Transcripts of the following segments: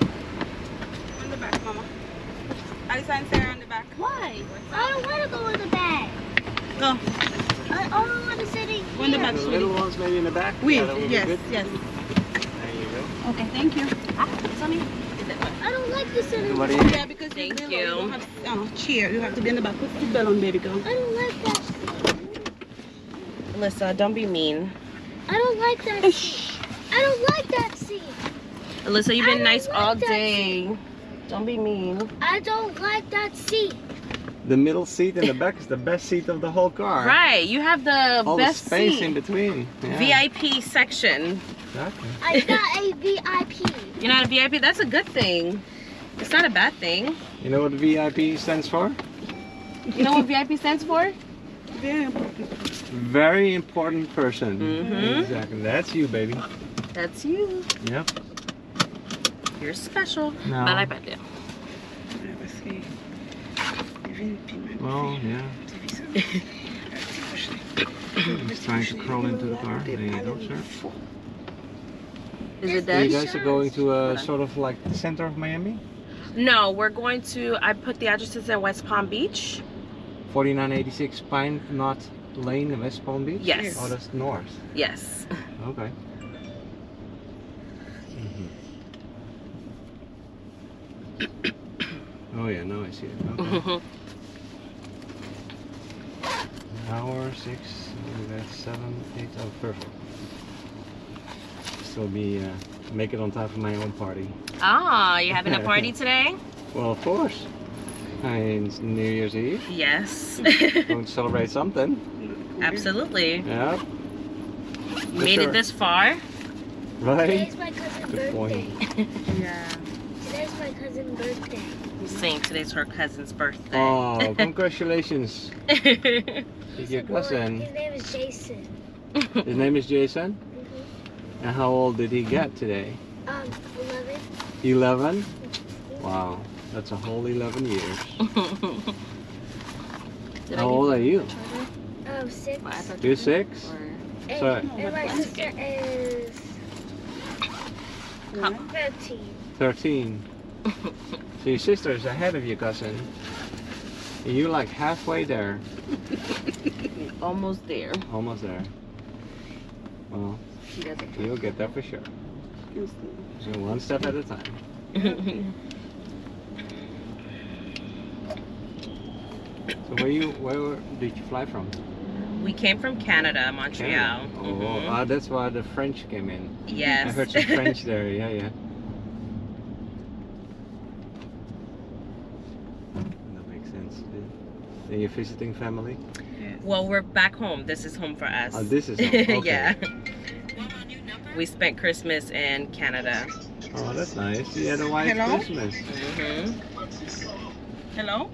On the back, Mama. Alisa and Sarah on the back. Why? I don't want to go in the bag. No, I only want to sit in go in the here. back, The little sweetie. ones maybe in the back? We, Yeah, that would be yes, good. yes. There you go. Okay, thank you. I don't like to sit in Somebody, Yeah, because Thank you you. don't have oh, chair. You have to be in the back. Put the bell on, baby girl. I don't like that seat. Alyssa, don't be mean. I don't like that seat. I don't like that seat. Alyssa, you've I been don't nice like all that day. Don't be mean. I don't like that seat. the middle seat in the back is the best seat of the whole car. Right, you have the All best the space in seat. between. Yeah, VIP section. Exactly. I got a VIP. You're not a VIP. That's a good thing. It's not a bad thing. You know what VIP stands for? You know what VIP stands for? Yeah. Very important person. Mm-hmm. Mhm. Exactly. That's you, baby. That's you. Yep. You're special. No. Bye bye bye. Well, yeah. He's trying to crawl into the car. There you go, sir. Is it You dead? guys are going to uh, sort of like the center of Miami? No, we're going to. I put the addresses in West Palm Beach. 4986 Pine Knot Lane, West Palm Beach? Yes. Oh, that's north. Yes. Okay. Mm-hmm. Oh yeah, now I see it. Okay. Hour six, maybe that's seven, eight. Oh, perfect. Still be uh, make it on time for my own party. Ah, you having a party today? Well, of course. And it's New Year's Eve, Yes. going to celebrate something. Absolutely. Yeah. You made sure. it this far. Right. Today's my cousin's Good birthday. point. Yeah. Today's my cousin's birthday. He's saying today's her cousin's birthday. Oh, congratulations! She's your He's a boy. cousin. His name is Jason. His name is Jason. And how old did he get today? Um, 11. 11? Wow, that's a whole 11 years. Did I How old are you? Um, 6. Well, I thought You're you did, six? or- And, Sorry. and my sister is 13. 13. So your sister is ahead of your cousin. And You're like halfway there, Almost there. almost there. Well, She doesn't. you'll get there for sure. So one step at a time. So where you where were- did you fly from? we came from Canada, Montreal. Canada. Oh, Mhm. ah, that's why the French came in. yes. I heard some French there. Yeah, yeah. That makes sense. Are you visiting family? well, we're back home. This is home for us. Oh, this is home. Okay. yeah. We spent Christmas in Canada. Oh, that's nice. You had a white Hello? Christmas. hmm Hello?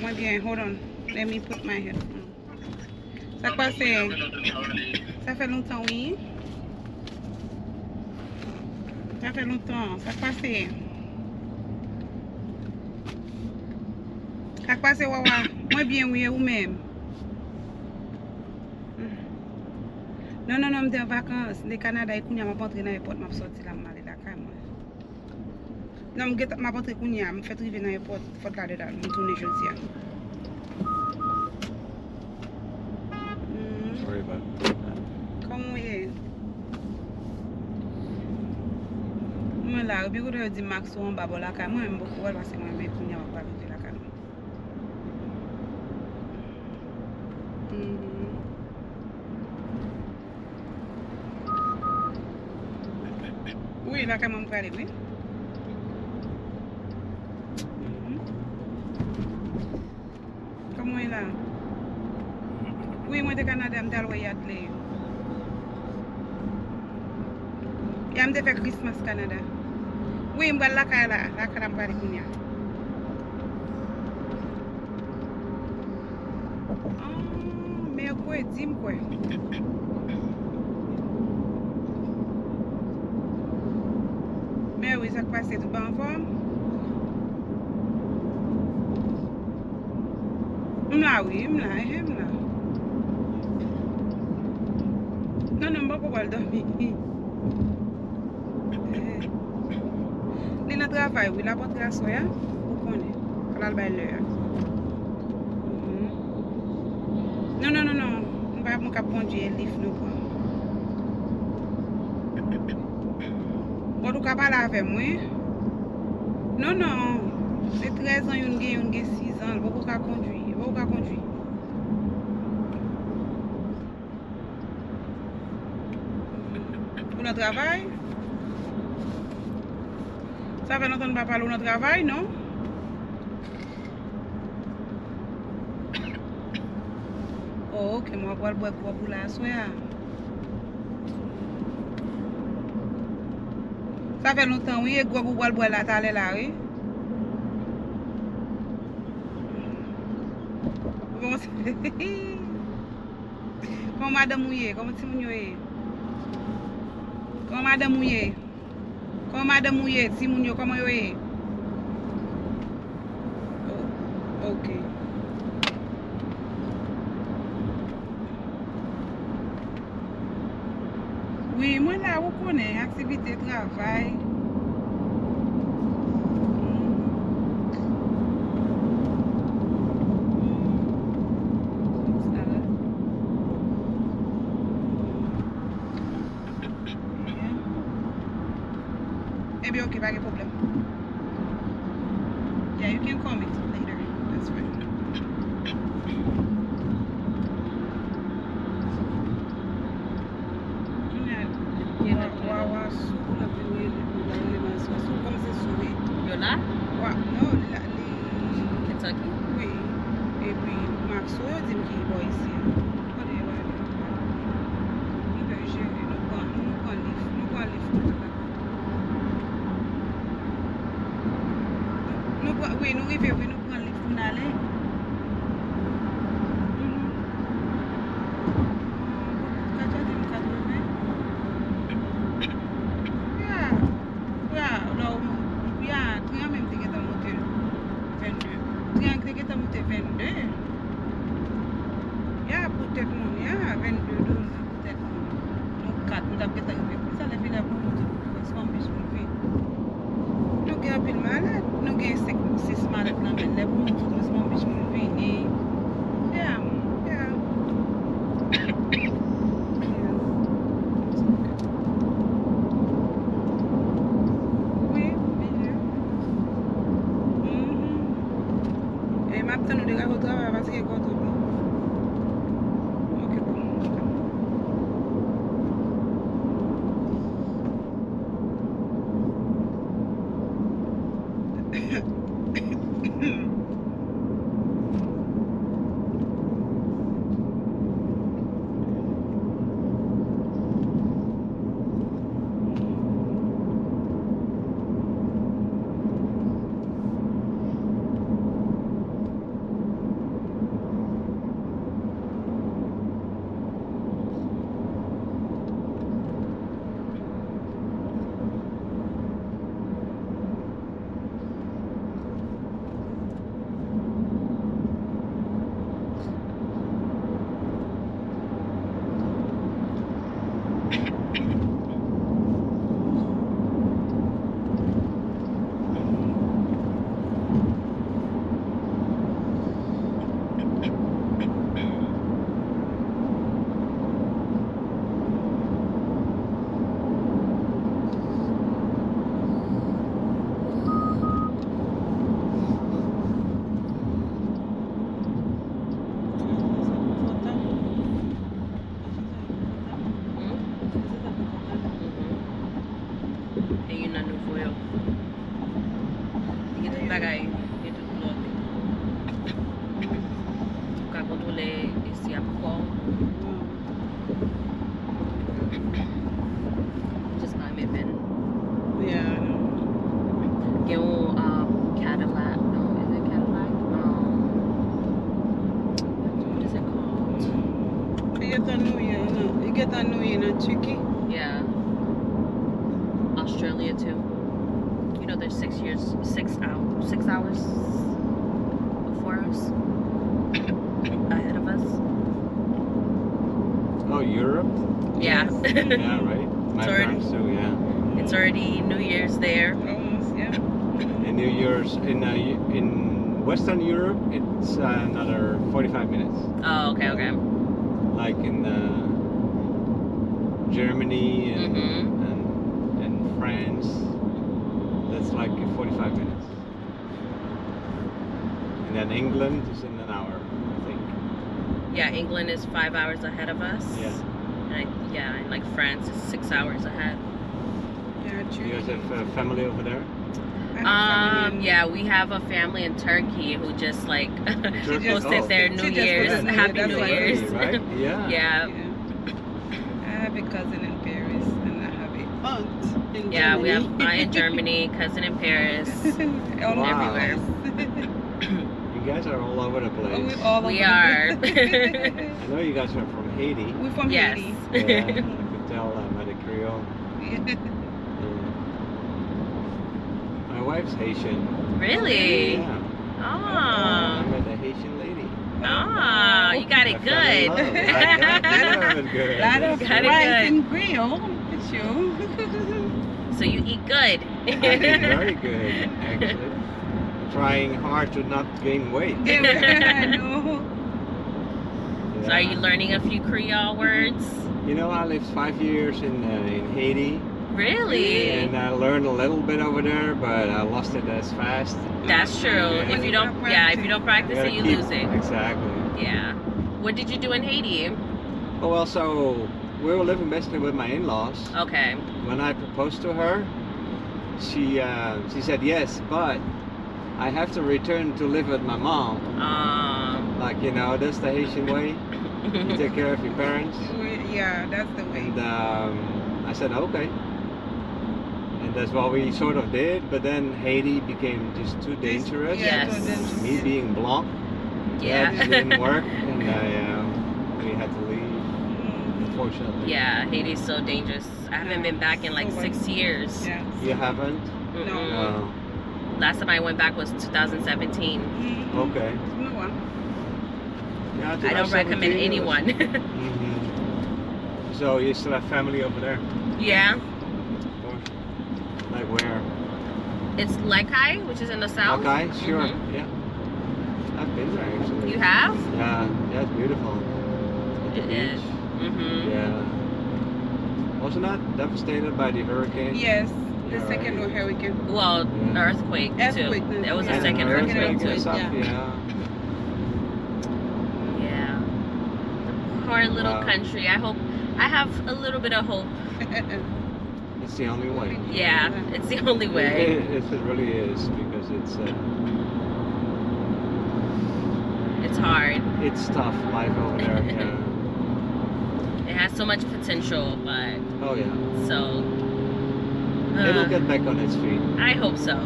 Muy bien, hold on. Let me put my head on. Sa kwa se? Sa fe lontan, oui? Sa fe lontan. Sa kwa se? Sa kwa se wawa? Mwen bien, oui, ou mèm? Non, non, non, mde an vakans. De Kanada, ekoun ya mwen pantre nan epot, mwen soti la mwen ale la kay mwen. Nan mwen get mwen patre koun ya, mwen fet rive nan epot, fot la de dal, mwen toune jodi ya. Mm. Sorry about Como é? Mwen la, ou bi kou do yo di mak sou an babo lakay, mwen mbo kou wèl wase mwen mwen koun yaw babo di lakay mwen. Mm. Oui, lakay mwen prale, oui. Mm-hmm. Komo e la? Oui, mwen te Kanada, mwen talwe yat le yo. Yam te fe Christmas Kanada. Oui, mbwa laka la, laka la mbwa kunya. Oh, me kwe dim kwe. Me oui, sak pase tout ban form. Mla wè, mla, ehe mla. Non, non, mba pou wal dormi. Eh. Li nan travay wè, la potre aso ya, ou konè. Kalal bay lè ya. Mhm. Non, non, non, non. Mba mwen kap pondye lif nou kon. Bon, ou kap ala avè mwen. Non, non. Se 13 an yon gen, yon gen 6 an, bo pou ka kondwi. Bo pou ka kondwi. Ou nan travay? Sa fè lontan nou pa pale ou nan travay, non? Oh, ok, mwa pou al bwe kwa pou la aswe ya. Sa fè lontan, oui, e gwa pou al bwe la tale la, oui? Koman Bon, se... Koman madam mouye? Koman ti moun yo e? Koman madam mouye? Koman madam mouye? Ti moun yo koman yo e? Oh, ok. Oui, mwen la wou konen aktivite travay. Maybe okay, bag a problem. Yeah, you can call me later. That's fine. You're not? Kentucky? bon Oui, nou rive, oui, nou pran liv pou nan ale. Kato di mou kato mè. Ya, ya, la ou mou, ya, trian mèm te getan moutè 22. Trian te getan moutè 22. Ya, pou tèt moun, ya, 22, 12, pou tèt moun. Nou kat, mou tap getan rive, pou sa le fi la pou mouti, pou se mambis pou fi. Nou gen apil malad, nou gen sek, sis malad nan men lev, moun tout mwen moun bich moun vi e. Ya, ya. Oui, bien. Mhm. E map tan nou dega kotra va vase ke kotra pou. Ok, bon. Mm-hmm. E yun nan nou foyo. E tout bagay, e tout lot. Tou ka kontrole e si ap kon. Just ka eme ben. Ya, nou. Gen ou um, Cadillac, no, is it Cadillac? Um, what is it called? E get an nou ye, nou. E get an nou ye nan chiki. Yeah. Australia too. You know, there's six years, six hours, six hours before us. Oh, Europe. Yeah. yeah, right? My It's already- parents too, yeah. it's already New Year's there. Almost, yeah. In New Year's, in, uh, in Western Europe, it's uh, another 45 minutes. Oh, okay, okay. Like in uh, Germany and, Mm-hmm. and, and France, that's like 45 minutes. And then England is in an hour, I think. Yeah, England is five hours ahead of us. Yeah. And I, yeah, and like France is six hours ahead. Yeah, true. You guys have uh, family over there? Ah, Um, yeah, we have a family in Turkey who just like Turkey? posted Oh. their She New just Year's, posted New Year, Happy that's New why Turkey, Year's. right? Yeah. yeah, I have a cousin Ah, in Paris and I have a aunt in yeah, we have Germany. aunt in Germany, cousin in Paris. all Wow. everywhere. You guys are all over the Oh, place. we're all We over the are. place. I know you guys are from Haiti. we're from Yes. Haiti. Yeah, I could tell uh, by the Creole. Yeah. My wife's Haitian. Really? Yeah. I Oh, met a Haitian lady. oh, you got it I fell in love. I got good. it good. Lot of Got it rice good. and grill. It's you. so you eat good. I did very good, actually. Trying hard to not gain weight. Yeah, I know. So are you Yeah. learning a few Creole words? You know, I lived five years in uh, in Haiti, Really? and I learned a little bit over there, but I lost it as fast. That's true. Yeah. If you don't, yeah, if you don't practice gotta it, you keep- lose it. Exactly. Yeah. What did you do in Haiti? Oh, well, so we were living basically with my in-laws. Okay. When I proposed to her, she uh, she said yes, but I have to return to live with my mom. Um. Like you know, that's the Haitian way. You take care of your parents. We- Yeah, that's the way. And um, I said okay. And that's what we sort of did. But then Haiti became just too dangerous. Yeah, Yes. so dangerous. Me being blanc, that didn't yeah. work, and I, uh, we had to leave. Unfortunately, yeah. Haiti's so dangerous. I haven't been back in like So six years. Yeah. you haven't. Mm-mm. No. Last time I went back was 2017. Mm, Okay. No one. Yeah, I don't recommend anyone. hmm So you still have family over there? yeah. Like where? It's Lekai, which is in the south. Okay, sure. Mhm. Yeah. I've been there actually. You have? Yeah, yeah, it's beautiful. At the It beach. is. Mm-hmm. Yeah. Wasn't that devastated by the hurricane? Yes, the Yeah, second right. hurricane. Well, Yeah. earthquake, Earthquake, too. That was yeah. the second Yeah, earthquake, earthquake. and too. stuff, yeah. Yeah. Poor little Wow. country. I hope I have a little bit of hope. It's the only way. Yeah, it's the only way. It, it really is because it's uh, It's hard. it's tough life over there. Yeah. It has so much potential, but Oh yeah. so. It'll uh, get back on its feet. I hope so. I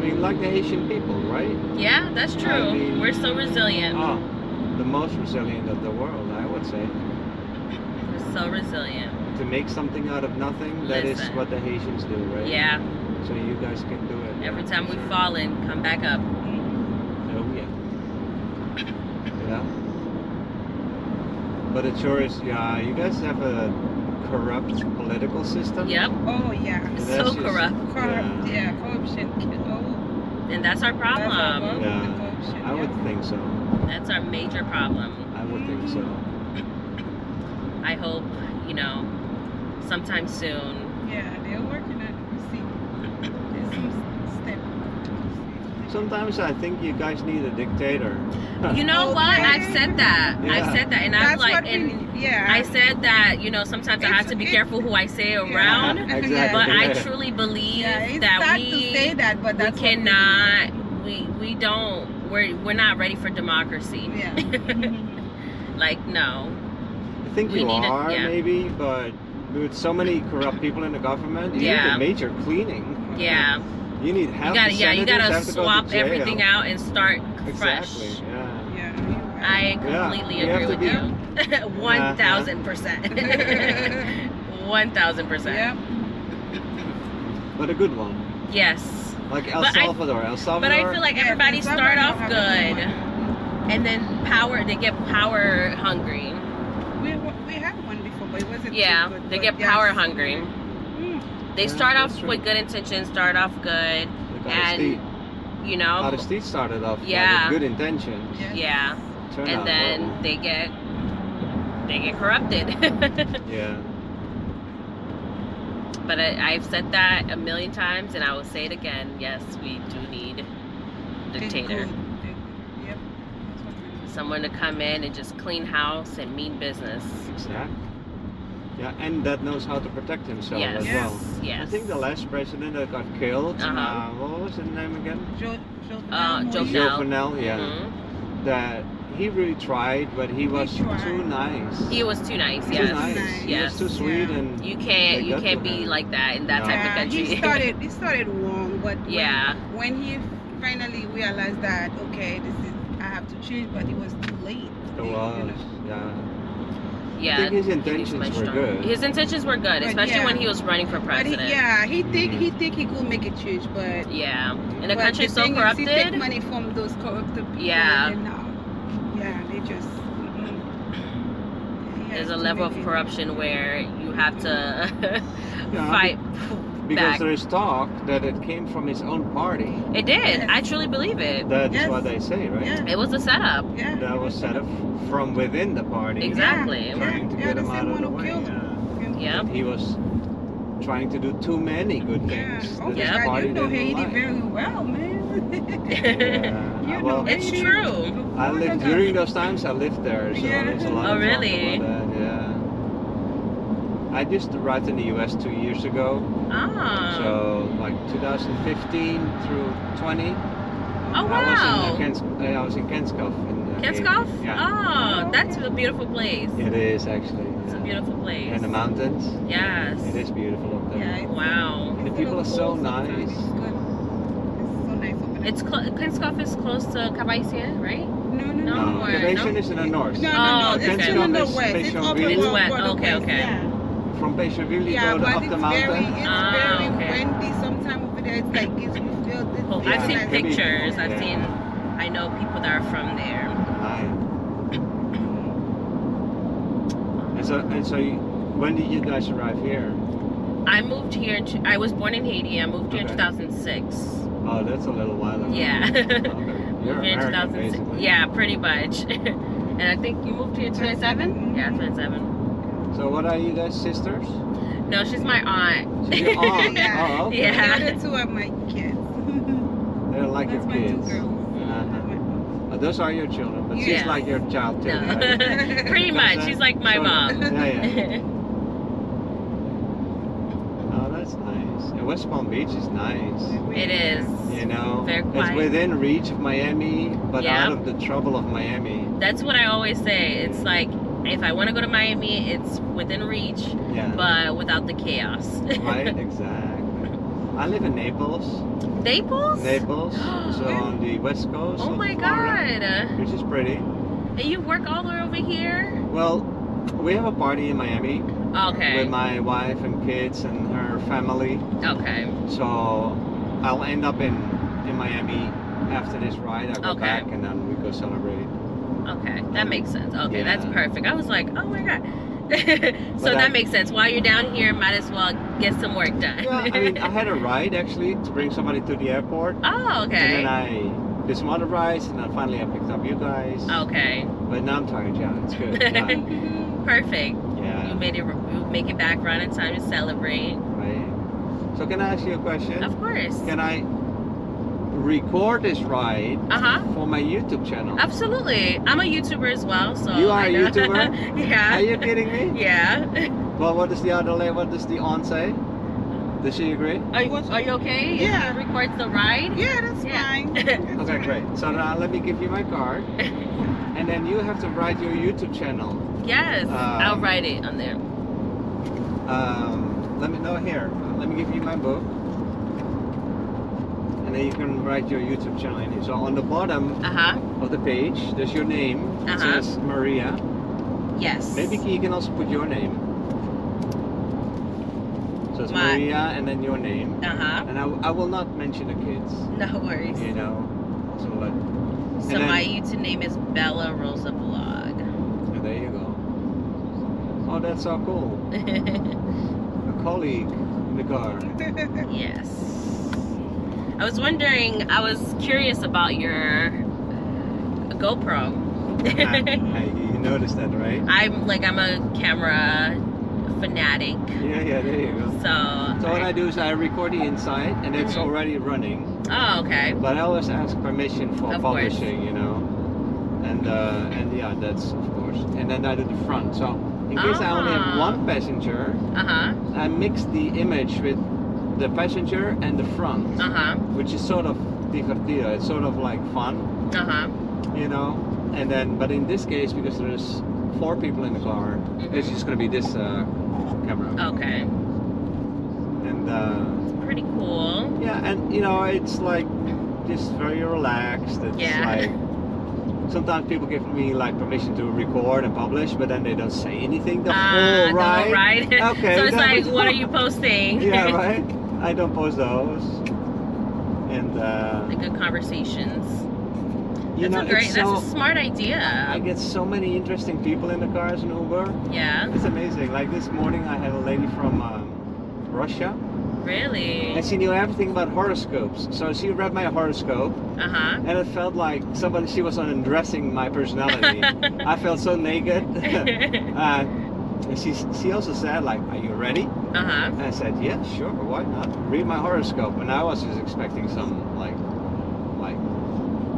mean, like the Haitian people, right? Yeah, that's true. I mean- We're so resilient. uh, Oh, the most resilient of the world, I would say. We're so resilient. To make something out of nothing, that is Listen. what the Haitians do, right? Yeah. So you guys can do it. Every yeah, time we sure. fall in, come back up. Mm-hmm. Oh, yeah. Yeah. But it sure is, yeah, you guys have a corrupt political system. Yep. Oh yeah. It's That's so just- corrupt, Corrupt. Yeah, corruption. Oh, and that's our that's our problem. problem, the Yeah. corruption, I would yeah. think so. That's our major problem. I would think so. I hope you know, sometime soon. Yeah, they're working on it. We see. There's some step. Sometimes I think you guys need a dictator. You know what? Okay. I've said that. Yeah. I've said that, and I've That's like, what we and need. Yeah. I said that. You know, sometimes I It's- have to be it's- careful who I say yeah. around. Exactly. Yeah. But I Yeah. truly believe Yeah, it's that sad we to say that, but we that's what cannot we we don't we're we're not ready for democracy. Yeah. Mm-hmm. Like no. I think We you need a- are, yeah. maybe, but with so many corrupt people in the government, you need Yeah. a major cleaning. Yeah. You need half you gotta the yeah, you senators gotta have to go to swap jail. everything out and start fresh. Exactly. Yeah. Yeah. I completely you have agree to with be- Uh-huh. you. One thousand percent. One thousand percent. Yep. But a good one, Yes. like El But I- Salvador. El Salvador. But I feel like Yeah, everybody because start everybody off don't have good and then power they get power hungry. We, we had one before, but it wasn't Yeah, too good, they but get yeah, power it's- hungry. Mm, They Yeah, start off that's right. with good intentions, start off good, Like And- Aristide. you know. Aristide started off like, Yeah. with good intentions. yes. Yeah, Turned out and then horrible. they get they get corrupted. yeah, but I, I've said that a million times, and I will say it again. Yes, we do need a They dictator, good, they good, Yep. That's what we need. someone to come in and just clean house and mean business. exactly. Yeah, and that knows how to protect himself Yes, as Yes. well. I yes. think the last president that got killed, Uh-huh. uh, what was his name again? Jo- jo- Uh, Moise. Jovenel. Jovenel, yeah. Mhm. That he really tried, but he was tried. too nice. He was too nice. too yes, nice. He was yes. too sweet Yeah. and You can't They you got can't to be have- like that in that No. type of Yeah, country. he started. He started wrong, but when- yeah, when, he finally realized that okay, this is I have to change, but it was too late. it you know. was, yeah. yeah. I think his he needs much intentions were stronger- good. His intentions were good, But especially when yeah. he was running for But he, president. yeah, he think Mhm. he think he could make a change, but Yeah. And the but country's so thing is, he take corrupted. money from those corrupted people. Yeah. Mm-hmm. And now, yeah, they just. mm-mm. He has There's a to level of make it. corruption where you have to Yeah, fight. Uh-huh. Because back. there is talk that it came from his own party. It did. I truly believe it. That's Yes. what they say, right? Yeah. It was a setup. Yeah. That was set up from within the party. Exactly. Trying to Yeah, get the him same out of one the who way. killed yeah. Yeah. He was trying to do too many good Yeah. things. Oh that Yeah. his my God, party you know didn't Haiti like. very well, man. Yeah, You well, know It's Haiti. true. I More lived than during those times. I lived there, so Yeah. there's a lot. Oh, of talk really? About that, yeah. I just arrived in the U.S. two years ago, Ah. so like 2015 through 20. oh, I was in wow. Kens- uh, I was in Kenskov. In, uh, Kenskov? Haiti. Yeah. Oh, that's a beautiful place. It is actually. Oh. It's a yeah. beautiful place. And the mountains. Yes. It is beautiful up there. Yeah, it's- Wow. it's The a people little are so cold sometimes. nice. It's good. It's so nice over there. It's clo- Kenskov is close to Kabaisien, right? no, no, No, no. No, where? Kebation is in the north. No, Oh, no, no. okay. It's still in the It's west. It's special up view. the It's road, wet, but okay, west, okay. Yeah. From Peshawar, Yeah, you go to, but up it's the very, mountain. it's Ah, very okay. windy sometime over there. It's like it's filled. It's Well, Yeah. I've seen Could be. pictures. I've Yeah. seen. I know people that are from there. Aye. And so, and so you, when did you guys arrive here? I moved here. In, t- I was born in Haiti. I moved here Okay. in 2006. Oh, that's a little while ago. Yeah. Okay. You're moved here in American, 2006. basically. Yeah, pretty much. and I think you moved here 27. Yeah, 27. So what are you guys, sisters? No, she's my aunt. So you're on. Yeah. Oh, okay. Yeah. The other two are my kids. They're like That's your my two kids. girls. Uh-huh. Oh, those are your children, but she's Yeah. like your child too. No. right? pretty much. She's like my So- mom. Yeah, yeah. Oh, that's nice. And West Palm Beach is nice. it is. You know, Very it's quiet. within reach of Miami, but Yeah. out of the trouble of Miami. That's what I always say. It's like if I want to go to Miami, it's within reach, Yeah. but without the chaos. right, exactly. I live in Naples. Naples? Naples, so on the west coast. Oh of my Florida, god. Which is pretty. And you work all the way over here? Well, we have a party in Miami with Okay. my wife and kids and her family. Okay. So I'll end up in, in Miami after this ride. I go Okay. back and then we go celebrate. Okay. That makes sense. Okay, Yeah. that's perfect. I was like, oh my god. so But that I- makes sense. While you're down here, might as well get some work done. Yeah, I mean, I had a ride actually to bring somebody to the airport. oh, okay. And then I did some other rides, and then finally I picked up you guys. okay. But now I'm tired, yeah, it's good. Yeah, Mm-hmm. Perfect. You yeah made it. You make it back around in time to celebrate. right. So can I ask you a question? Of course. Can I record this ride Uh huh. for my YouTube channel? Absolutely. I'm a YouTuber as well, so You are I a know- YouTuber? yeah. Are you kidding me? Yeah. Well, what does the other lady, what does the aunt say? Does she agree? Are you, are you okay? if Yeah. it Records the ride. Yeah, that's Yeah. fine. That's Okay, fine. great. So now let me give you my card, and then you have to write your YouTube channel. Yes. Um, I'll write it on there. Um, let me know here. Let me give you my book, and then you can write your YouTube channel in it. So on the bottom, Uh huh. of the page. There's your name. It Uh-huh. says Maria. Yes. Maybe you can also put your name. So it's My- Maria and then your name. Uh huh. And I, I will not mention the kids. No worries. You know. So like, And So then- oh, my YouTube name is Bella Rosa Vlog. and there you go. Oh, that's our goal. A colleague in the car. yes. I was wondering, I was curious about your uh, GoPro. Hey, you noticed that, right? I'm like, I'm a camera fanatic. Yeah, yeah, there you go. So, So what I do is I record the inside, and it's Mhm. already running. oh, okay. But I always ask permission for Of course. publishing, you know. And uh, and yeah, that's of course. And then I do the front. So in case I only have Ah. one passenger, Uh huh. I mix the image with the passenger and the front, Uh huh. which is sort of divertido. It's sort of like fun, Uh huh. you know. And then, but in this case, because there's four people in the car, Mm-hmm. it's just gonna be this uh, camera. Okay. Oh. And uh, It's pretty cool. yeah, and you know, it's like just very relaxed. It's Yeah. like sometimes people give me like permission to record and publish, but then they don't say anything the Ah, whole ride. The whole ride. Okay, so it's that like, was- what are you posting? yeah, right. I don't post those. And uh, like good conversations. you that's know, a great. it's so that's a smart idea. I get so many interesting people in the cars in Uber. yeah. It's amazing. Like this morning, I had a lady from um, Russia, Really. and she knew everything about horoscopes. So she read my horoscope, Uh huh. and it felt like somebody she was undressing my personality. I felt so naked. uh uh, and she she also said like, "Are you ready?" huh. And I said, yeah, sure, why not? Read my horoscope. And I was just expecting some, like, like,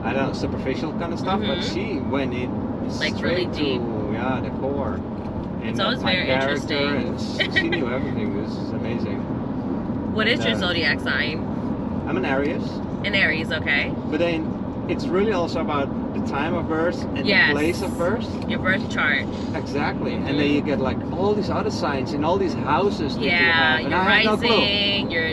I don't know, superficial kind of stuff. But Mhm. she went in Like, straight really deep. to, yeah, the core. And It's always my very character, interesting. And she knew everything. This is amazing. What is your Uh, zodiac sign? I'm an Aries. An Aries. Okay. But then it's really also about the time of birth and Yes. the place of birth. Your birth chart. Exactly. And then you get, like, all these other signs and all these houses that you Mm-hmm. yeah. have. And Your I had no clue. rising. your,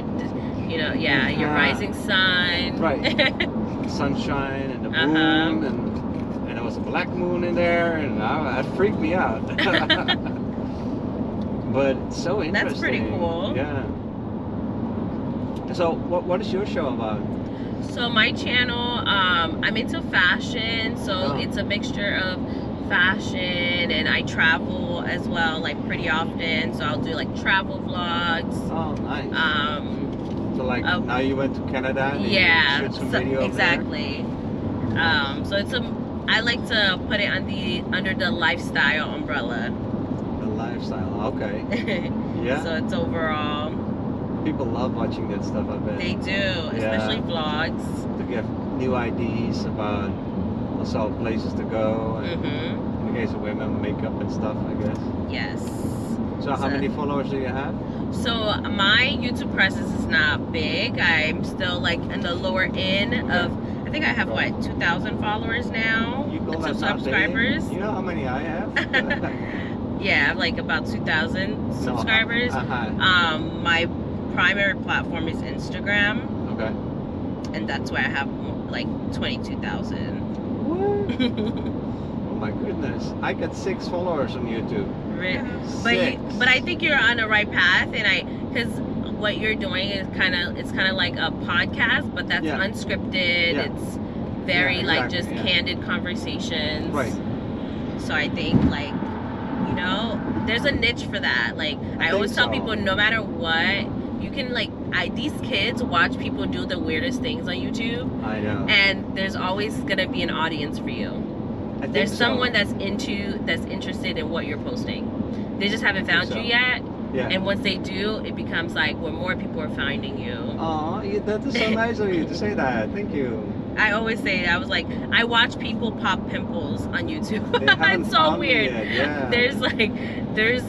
you know, yeah. Your Uh-huh. rising sun. Right. sunshine and the Uh-huh. moon and and there was a black moon in there and I, that freaked me out. but it's so interesting. That's pretty cool. Yeah. So what what is your show about? So my channel, um, I'm into fashion, so Oh. it's a mixture of fashion and I travel as well, like pretty often. So I'll do like travel vlogs. Oh, nice. Um, so like oh. now you went to Canada and you yeah, shoot some so- video over there? exactly. Um, so it's a, I like to put it on the under the lifestyle umbrella. The lifestyle. Okay. Yeah. So it's overall, People love watching that stuff. I bet they do, especially vlogs. to get new ideas about also places to go. And hmm In the case of women, makeup and stuff. I guess. Yes. So how So- many followers do you have? So my YouTube presence is not big. I'm still like in the lower end of. I think I have what 2,000 followers now. You and call some that not big? subscribers. You know how many I have? Yeah, I have like about 2,000 subscribers. No, uh-huh. Um, my primary platform is Instagram, Okay. and that's where I have like 22,000. What? Oh my goodness! I got six followers on YouTube. Re- Yeah. but you, Six. but I think you're on the right path, and I because what you're doing is kind of it's kind of like a podcast, but that's Yeah. unscripted. Yeah. It's very Yeah, like exactly, just yeah. candid conversations. Right. So I think like you know there's a niche for that. Like I, think always tell so. people, no matter what, you can like I these kids watch people do the weirdest things on YouTube, I know. and there's always gonna be an audience for you. I think There's so. someone that's into that's interested in what you're posting. They just haven't think found so. you yet. Yeah. And once they do, it becomes like where more people are finding you. Aw, you, that is so nice of you to say that. Thank you. I always say that I was like, I watch people pop pimples on YouTube. They haven't it's so found me weird. yet, yeah. There's like there's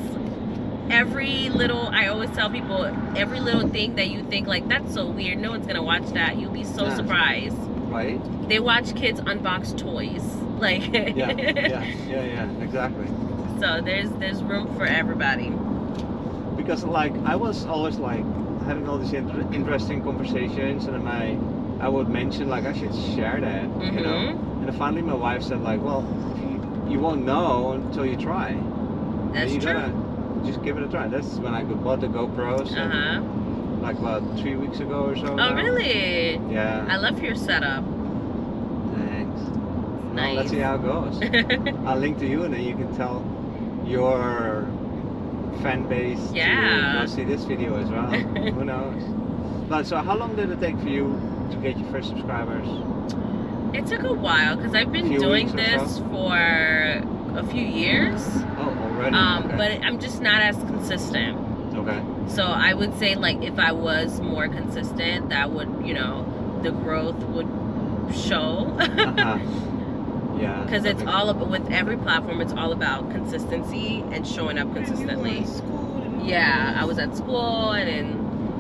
every little I always tell people every little thing that you think like that's so weird, no one's gonna watch that. You'll be so Yeah. surprised. Right? They watch kids unbox toys. Like Yeah. yeah. Yeah. Yeah. Exactly. so there's there's room for everybody. because like I was always like having all these inter- interesting conversations, and then I I would mention like I should share that, you Mm-hmm. know. And then finally, my wife said like, well, you won't know until you try. And That's you true. gotta just give it a try. That's when I bought the GoPros, Uh and, huh. like about three weeks ago or so. Oh now. really? Yeah. I love your setup. Thanks. Well, Nice. let's see how it goes. I'll link to you, and then you can tell your fan base Yeah. to go see this video as well. Who knows? But so, how long did it take for you to get your first subscribers? It took a while because I've been Few doing weeks or this for a few years, Oh, already. um, okay. but I'm just not as consistent. okay. So I would say like if I was more consistent, that would you know the growth would show Uh-huh. Yeah. because I it's think- all about with every platform. It's all about consistency and showing up consistently. Yeah, I was at school and in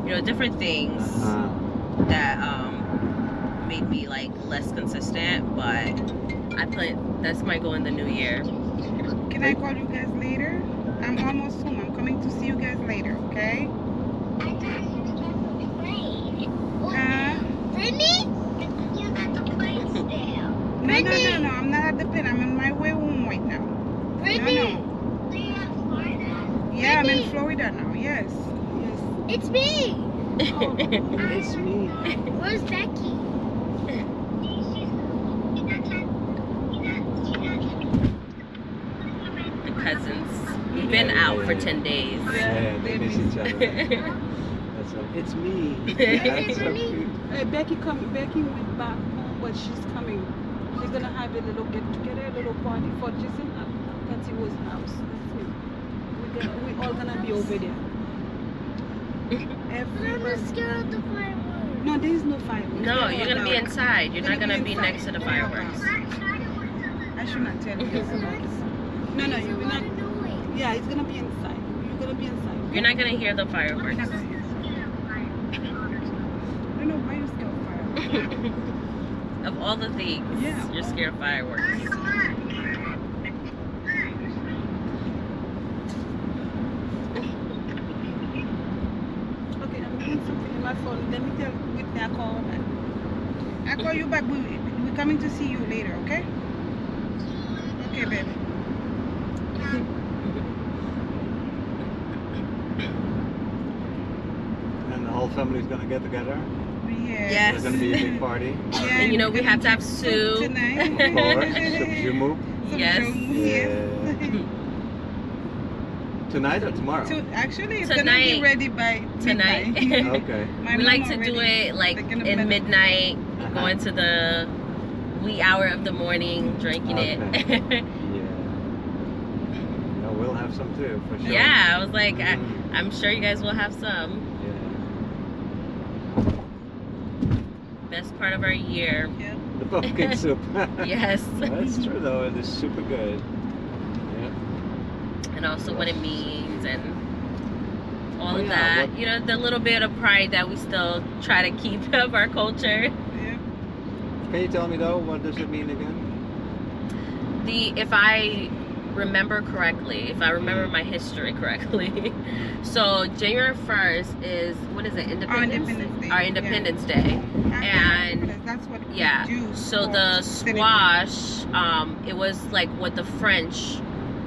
you know different things Uh-huh. that um made me like less consistent, but I plan that's my goal in the new year. Can I call you guys later? I'm almost home. I'm coming to see you guys later, okay? I thought you were about to play. Huh? Brittany? You're about to play still. No, no, no, Brittany. no. I'm not at the plane. I'm on my way home right now. Brittany? No, Are you at Florida? no. Yeah, I'm in Brittany. Florida now. Yes. Yes. It's me. Oh. It's me. Where's Becky? the cousins. We've been out for ten days. Yeah, they miss each other. That's like, it's me. That's It's so me. cute. Uh, Becky come. Becky went back home, but she's coming. She's gonna have a little get together, a little party for Jason at Tatiwa's house. That's it. We're gonna, we all gonna be over there. Everybody. scared of the fireworks. No, there is no fire. no, you're gonna be inside. You're not gonna be next to the fireworks. I should not tell you guys about this. No, no, you're not. Yeah, it's gonna be inside. You're gonna be inside. You're not gonna hear the fireworks. No, no, why you scared of fire? of all the things, Yeah. you're scared of fireworks. Okay, I'm doing something in my phone. Let me tell Whitney I call her back. I call you back. We we coming to see you later, okay? Okay, baby. And the whole family's gonna get together. Yeah. Yes. There's gonna be a big party. Yeah, And you know, we we're have to gonna have do soup soup. Of course. Tonight. You move. Some Yes. junk, yes. Tonight or tomorrow? To, actually, it's gonna Tonight. be ready by Tonight. midnight. Okay. My we mom like to do already- it like They're gonna in benefit. midnight, Uh-huh. go into the wee hour of the morning, drinking it. Yeah. No, we'll have some too, for sure. yeah, I was like, uh, I, Mm, I'm sure you guys will have some. Mm-hmm. yeah. Best part of our year. Yeah. The pumpkin soup. Yes. That's true though, it is super good. Yeah. And also what it means and Oh, all of yeah, that. what- You know, the little bit of pride that we still try to keep of our culture. Yeah. Can you tell me though, what does it mean again? the if I remember correctly, if I remember Mm. my history correctly, so January first is what is it? Independence. Independence Day, Our yeah. Independence Day. And- because that's what we yeah. do. So for the celebrate. squash, um, it was like what the French,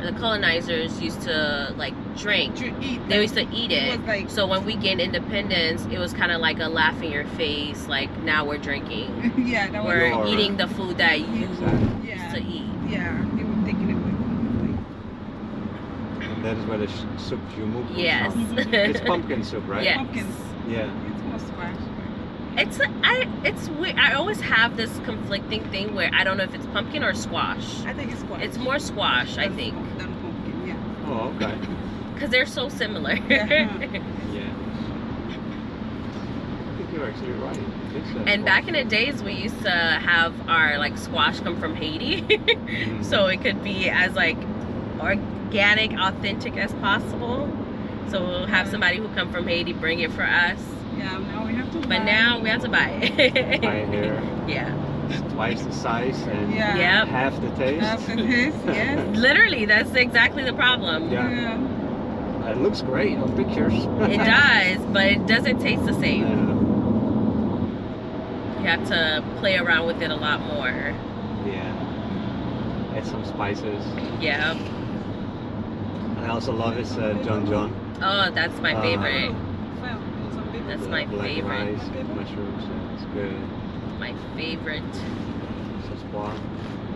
the colonizers used to like drink. To eat. They used to It eat it. was like So when we gained independence, it was kind of like a laugh in your face. Like now we're drinking, yeah, that was we're Your- eating the food that you Exactly. yeah, used to eat. yeah. They were taking it away. And that is where the sh- soup you move comes Yes. from. It's pumpkin soup, right? Yes. Pumpkins. Yeah. It's more squash. It's I it's weird. I always have this conflicting thing where I don't know if it's pumpkin or squash. I think it's squash. It's more squash, I Than- think, Than pumpkin, yeah. Oh, okay. because they're so similar. Yeah. Yeah. I think you're actually right. It is, uh, and back in the days, we used to have our like squash come from Haiti, Mm. so it could be as like organic, authentic as possible. So we'll have somebody who come from Haiti bring it for us, Yeah. Now we have to. but buy- now we have to buy it. I hear yeah, it's twice the size and Yeah. Yep. half the taste. After this, yes. literally, that's exactly the problem. Yeah. It looks great on pictures. It does, but it doesn't taste the same. Uh, You have to play around with it a lot more. yeah. Add some spices. Yeah. And I also love this uh, John John. Oh, that's my Uh, favorite. Oh, Well, some people- That's The my black favorite. rice with mushrooms. Yeah, it's good. My favorite. Mm. Mm-hmm. Sausage bar.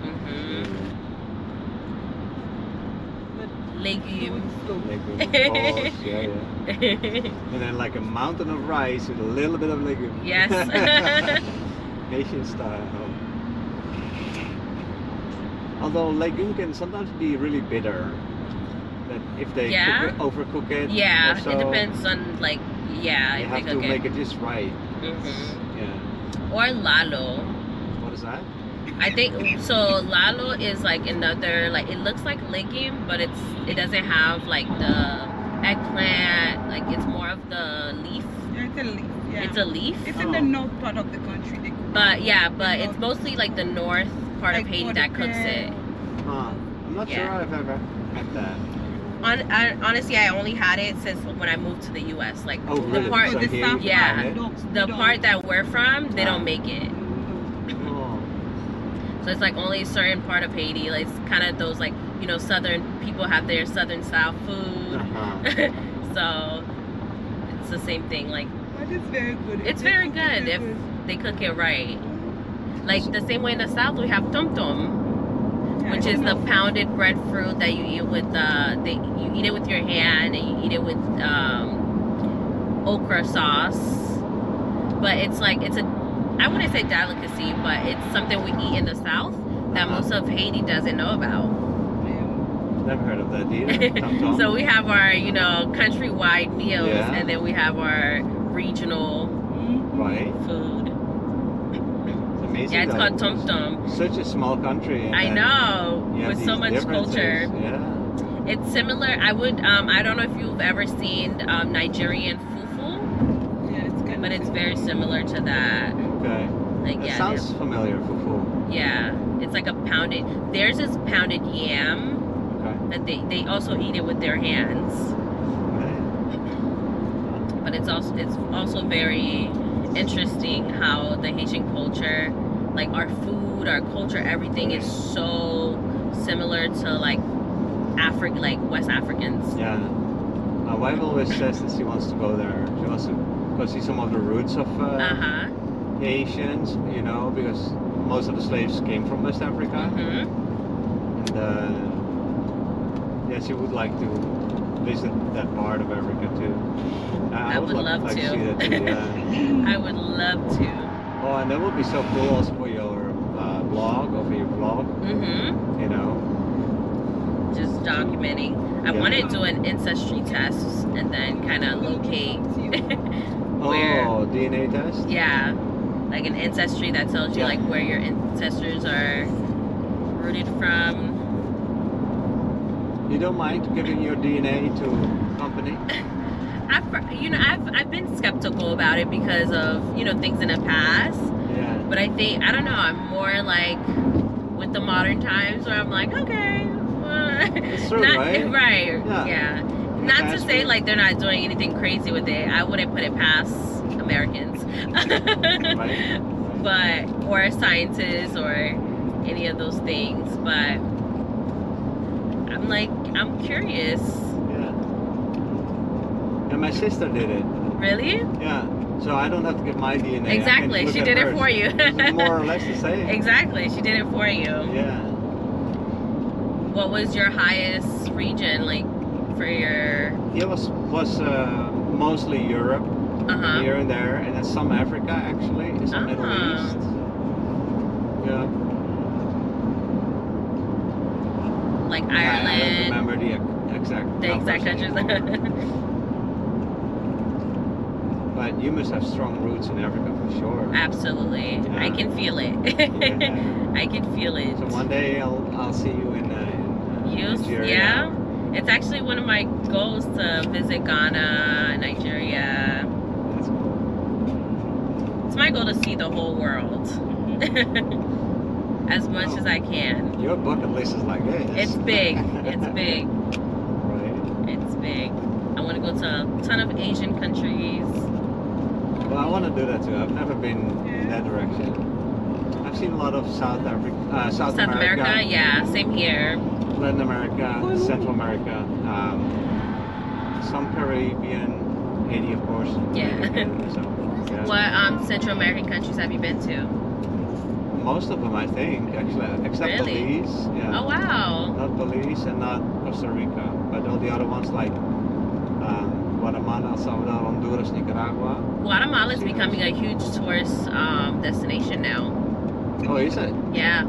hmm But Mm. legume. Legume. balls, yeah, yeah. And then uh, like a mountain of rice with a little bit of legume. yes. Asian style. Although legume can sometimes be really bitter. That if they Yeah? cook it, overcook it. yeah, or so, it depends on like yeah, You I have think to okay. make it just right. Mhm. Yeah. Or lalo. What is that? I think so. Lalo is like another like it looks like legume, but it's it doesn't have like the eggplant. Like it's more of the leaf. Yeah, it's a leaf. Yeah. It's a leaf, It's in the Oh. north part of the country. They cook but yeah, but it's mostly like the north part like of Haiti for that the cooks bread. it. Huh. I'm not Yeah. sure I've ever had that. On, I, honestly, I only had it since when I moved to the U.S. Like Oh, the really? part, So Like the here south you yeah, find part, it? dogs, the dogs. part that we're from, they don't make it. No. Oh. So it's like only a certain part of Haiti. Like it's kind of those like you know southern people have their southern style food. Uh-huh. so it's the same thing. Like But it's very good. It's They very cook good it if- with- they cook it right. Like the same way in the south we have tom tom, yeah, which I is don't the know. pounded breadfruit that you eat with uh, they, you eat it with your hand and you eat it with um, okra sauce. But it's like it's a I wouldn't say delicacy, but it's something we eat in the south that Uh-huh. most of Haiti doesn't know about. Yeah. Never heard of that either. Tom Tom. So we have our, you know, countrywide meals, Yeah. and then we have our regional Mhm. right. food. It's amazing. Yeah, it's that called Tom Tom. Such a small country. and I then know, you have with so these much differences. culture. Yeah. It's similar. I would, um, I don't know if you've ever seen um, Nigerian fufu, Mm-hmm. Yeah, it's good. but it's very similar to that. Okay. Like, That yeah, sounds familiar. Fufu. they're- yeah, it's like a pounded. Theirs is pounded yam Okay. that they they also eat it with their hands, okay. but it's also it's also very interesting how the Haitian culture, like our food, our culture, everything is so similar to like Africa, like West Africans. Yeah. My wife always says that she wants to go there. She wants to go see some of the roots of uh, Uh huh. Haitians, you know, because most of the slaves came from West Africa. hmm And uh, yeah, she would like to visit that part of Africa too. I, I would love like to. see that too. Yeah. I would love to. oh, and that would be so cool also for your uh, blog or for your vlog, hmm you know. Just documenting. I Yeah. want to do an ancestry test and then kind of locate. Where- Oh, DNA test. yeah, like an ancestry that tells you Yeah. like where your ancestors are rooted from. You don't mind giving your DNA to company? I've, you know, I've I've been skeptical about it because of you know things in the past, Yeah. but I think I don't know. I'm more like with the modern times where I'm like, okay, well, It's true, not, right? Yeah. yeah. Not to say like they're not doing anything crazy with it. I wouldn't put it past Americans, Right. but or scientists or any of those things. But I'm like I'm curious. Yeah. And my sister did it. Really? Yeah. So I don't have to give my DNA. I can exactly. look She at did it hers. for you. It's More or less the same. exactly. She did it for you. Yeah. What was your highest region like for your? It was was uh, mostly Europe Uh huh. here and there, and then some Africa actually, and some Middle Ah. East. Yeah. Like I, I don't Ireland. remember the ex- exact. the exact numbers countries. anymore. but you must have strong roots in Africa for sure. Absolutely. I Yeah. can feel it. Yeah. I can feel it. So one day I'll I'll see you in. Uh, in, uh, You, Nigeria. yeah. It's actually one of my goals to visit Ghana, Nigeria. That's cool. It's my goal to see the whole world Mm-hmm. as much as I can. Your bucket list is like this. It's big. It's big. Right. It's big. I want to go to a ton of Asian countries. Well, I want to do that too. I've never been in that direction. I've seen a lot of South Africa, uh, South, South America, yeah, same here. Latin America, Central America, um, some Caribbean, Haiti, of course. Yeah. Dominican, so, yeah. What um, Central American countries have you been to? Mm, most of them, I think, actually, except Really? Belize. Yeah. Oh wow. Not Belize and not Costa Rica, but all the other ones like um, Guatemala, El Salvador, Honduras, Nicaragua. Guatemala is becoming a huge tourist um, destination now. Oh, is it? Yeah.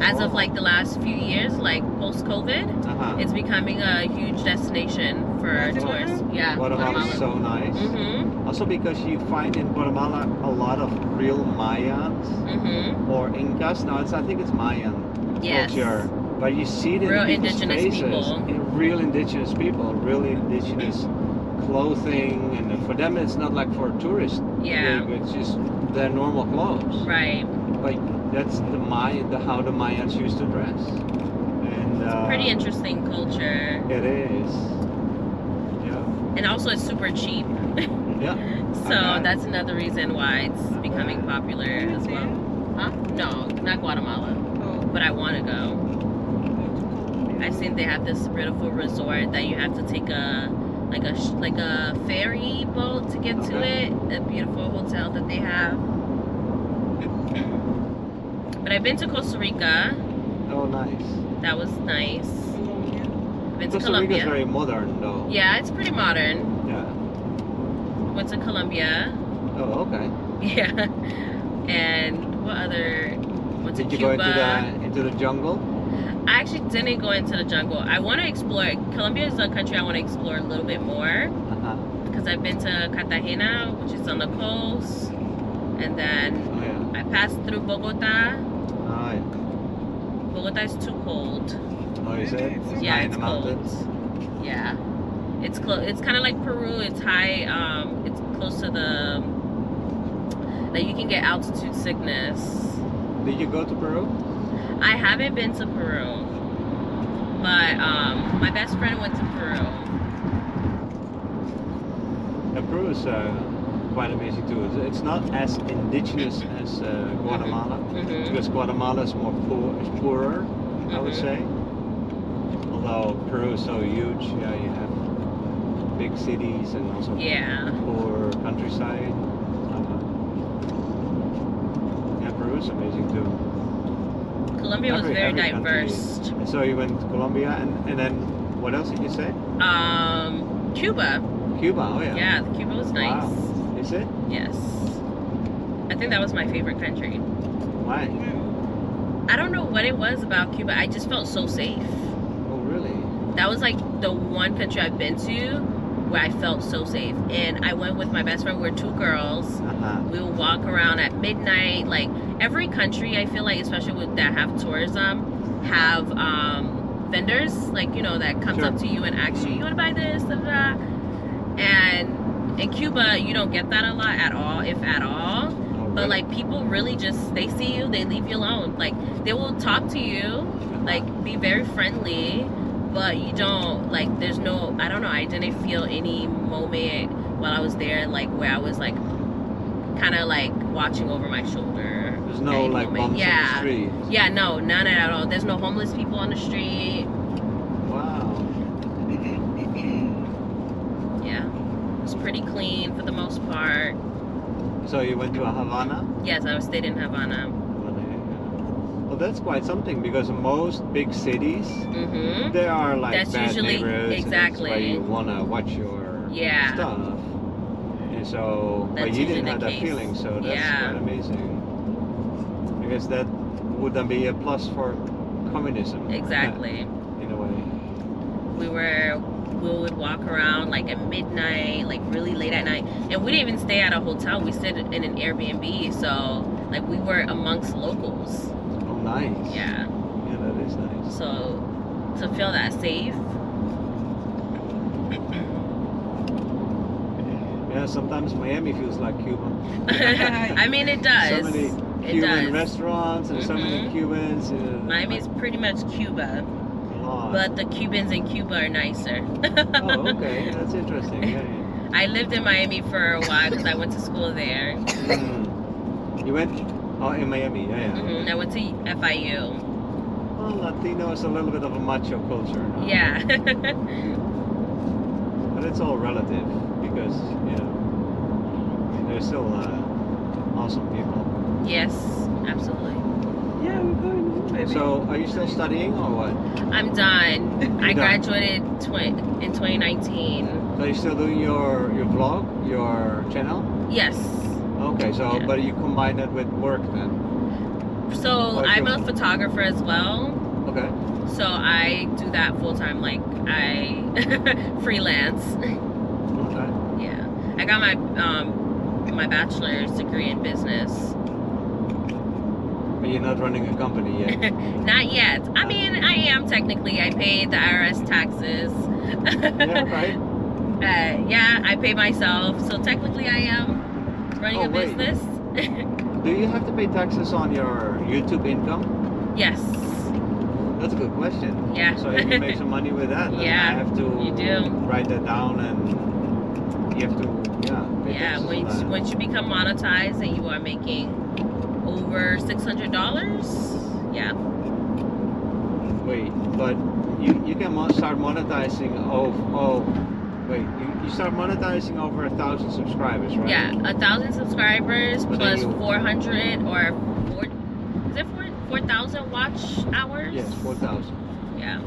As of like the last few years, like post COVID, Uh huh. it's becoming a huge destination for Guatemala? tourists. Yeah, Guatemala Guatemala. is so nice. Mhm. Also because you find in Guatemala a lot of real Mayans Mhm. or Incas. Now it's I think it's Mayan Yes. culture, but you see it in Real people's indigenous faces. people. In real indigenous people, real indigenous clothing, and for them it's not like for tourists. Yeah. They- It's just their normal clothes. Right. Like that's the Maya, the how the Mayans used to dress. And uh, Pretty interesting culture. It is. Yeah. And also it's super cheap. Yeah. So Okay. that's another reason why it's Okay. becoming popular as well. Huh? No, not Guatemala, Oh, but I want to go. I've seen they have this beautiful resort that you have to take a like a sh- like a ferry boat to get to Okay. it. A beautiful hotel that they have. But I've been to Costa Rica. Oh, nice. That was nice. Oh, I've been Costa Rica to is Colombia. very modern, though. yeah, it's pretty modern. Yeah. Went to Colombia. Oh, okay. Yeah. And what other? Went to Did you Cuba. go into the into the jungle? I actually didn't go into the jungle. I want to explore. Colombia is a country I want to explore a little bit more Uh-huh. because I've been to Cartagena, which is on the coast, and then Oh yeah. I passed through Bogota. Oh, yeah. Bogota is too cold. oh is it? It's yeah, high in it's the cold. mountains. Yeah, it's close. It's kind of like Peru. It's high. Um, it's close to the. Like you can get altitude sickness. Did you go to Peru? I haven't been to Peru, but um, my best friend went to Peru. Yeah, Peru is uh, quite amazing too. It's- It's not as indigenous as uh, Mm-hmm. Guatemala Mhm. because Guatemala is more poor, is poorer, I would Mhm. say. Although Peru is so huge, yeah, you have big cities and also Yeah. poor countryside. Uh, yeah, Peru is amazing too. Colombia was Every- very every country. diverse. And So you went to Colombia and, and then what else did you say? Um, Cuba. Cuba, oh Yeah. yeah. Cuba was nice. Wow. Is it? Yes. I think that was my favorite country. Why? I don't know what it was about Cuba. I just felt so safe. Oh really? That was like the one country I've been to where I felt so safe. And I went with my best friend. We're two girls. Uh-huh. We would walk around at midnight. Like every country, I feel like, especially with that have tourism, have um, vendors like you know that comes Sure. up to you and asks you, "You want to buy this?" Blah, blah. And in Cuba, you don't get that a lot at all, if at all. Oh, really? But like people really just they see you, they leave you alone. Like they will talk to you, like be very friendly, but you don't like there's no I don't know, I didn't feel any moment while I was there like where I was like kind of like watching over my shoulder. there's at no any like moment. bombs yeah. on the street. Yeah, no, none at all. There's no homeless people on the street. Wow. Yeah. It's pretty clean for the most part. So you went to Havana? Yes, I stayed in Havana. Well, that's quite something because most big cities Mhm. there are like That's bad usually- neighborhoods and that's why exactly. you wanna watch your Yeah. stuff. And so, but That's you usually didn't the have that case. feeling, so that's Yeah. quite amazing. Because that would then be a plus for communism. Exactly. uh, In a way. we were we would walk around like at midnight like really late at night and we didn't even stay at a hotel we stayed in an airbnb so like we were amongst locals Oh, nice. yeah Yeah, that is nice. so to feel that safe Yeah, sometimes Miami feels like Cuba. i mean it does So many it Cuban does restaurants and so many Mhm. Cubans. Uh, miami's pretty much cuba like, a lot. but the cubans in cuba are nicer oh, okay. That's interesting. Yeah, yeah. i lived in miami for a while because i went to school there Mm. You went oh, in Miami, yeah, yeah. hmm i went to fiu Well, Latino is a little bit of a macho culture. now. yeah But it's all relative because, you know, there's still uh, awesome people. yes absolutely Yeah, we're going home, baby. So, are you still studying or what? I'm done. I You're done. graduated twi- in 2019. So, you still doing your your vlog, your channel? Yes. Okay, so Yeah. but you combine that with work then. So Okay. I'm a photographer as well. Okay. So I do that full time. Like I freelance. Okay. Yeah. I got my um my bachelor's degree in business. But you're not running a company yet. Not yet. I mean, I am technically. I paid the IRS taxes. yeah, right. Uh, yeah, I pay myself. So technically, I am running Oh, a wait. business. Do you have to pay taxes on your YouTube income? Yes. That's a good question. Yeah. So if you make some money with that, then Yeah, I have to you do. write that down and you have to yeah. Pay yeah. taxes on Once that. once you become monetized and you are making over six hundred dollars, yeah. Wait, but you, you can mo- start monetizing of oh wait you, you start monetizing over a thousand subscribers right? Yeah, a thousand subscribers But then plus you- four hundred or four. Is it four four thousand watch hours? Yes, four thousand. Yeah.